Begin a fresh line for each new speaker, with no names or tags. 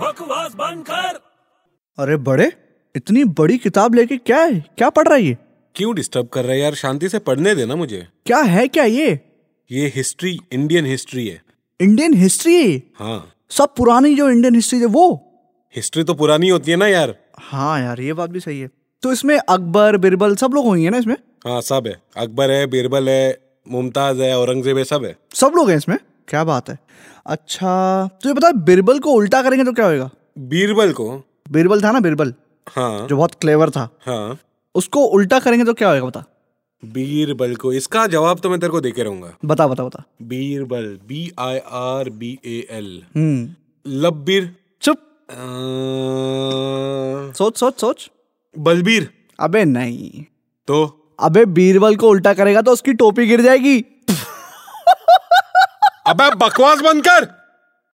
बकवास बंद कर
अरे बड़े इतनी बड़ी किताब लेके क्या है क्या पढ़ रहा है ये
क्यों डिस्टर्ब कर रहे हैं यार शांति से पढ़ने देना मुझे
क्या है क्या ये
ये हिस्ट्री इंडियन हिस्ट्री है
इंडियन हिस्ट्री है ये।
हाँ
सब पुरानी जो इंडियन हिस्ट्री है वो
हिस्ट्री तो पुरानी होती है ना यार
हाँ यार ये बात भी सही है तो इसमें अकबर बिरबल सब लोग होंगे ना इसमें
हाँ सब है अकबर है बीरबल है मुमताज है औरंगजेब है सब है
सब लोग हैं इसमें क्या बात है अच्छा तुझे पता है बिरबल को उल्टा करेंगे तो क्या होएगा
बीरबल को
बिरबल था ना बिरबल
हाँ
जो बहुत क्लेवर था
हाँ
उसको उल्टा करेंगे तो क्या होएगा बता
बीरबल को इसका जवाब तो मैं तेरे को देके रहूंगा
बता बता बता
Birbal B I R B A L
हम्म
लब्बीर
चुप
अ,
सोच सोच सोच
बलबीर
अबे नहीं
तो
अबे बीरबल को उल्टा करेगा तो उसकी टोपी गिर जाएगी
अबे बकवास बंद कर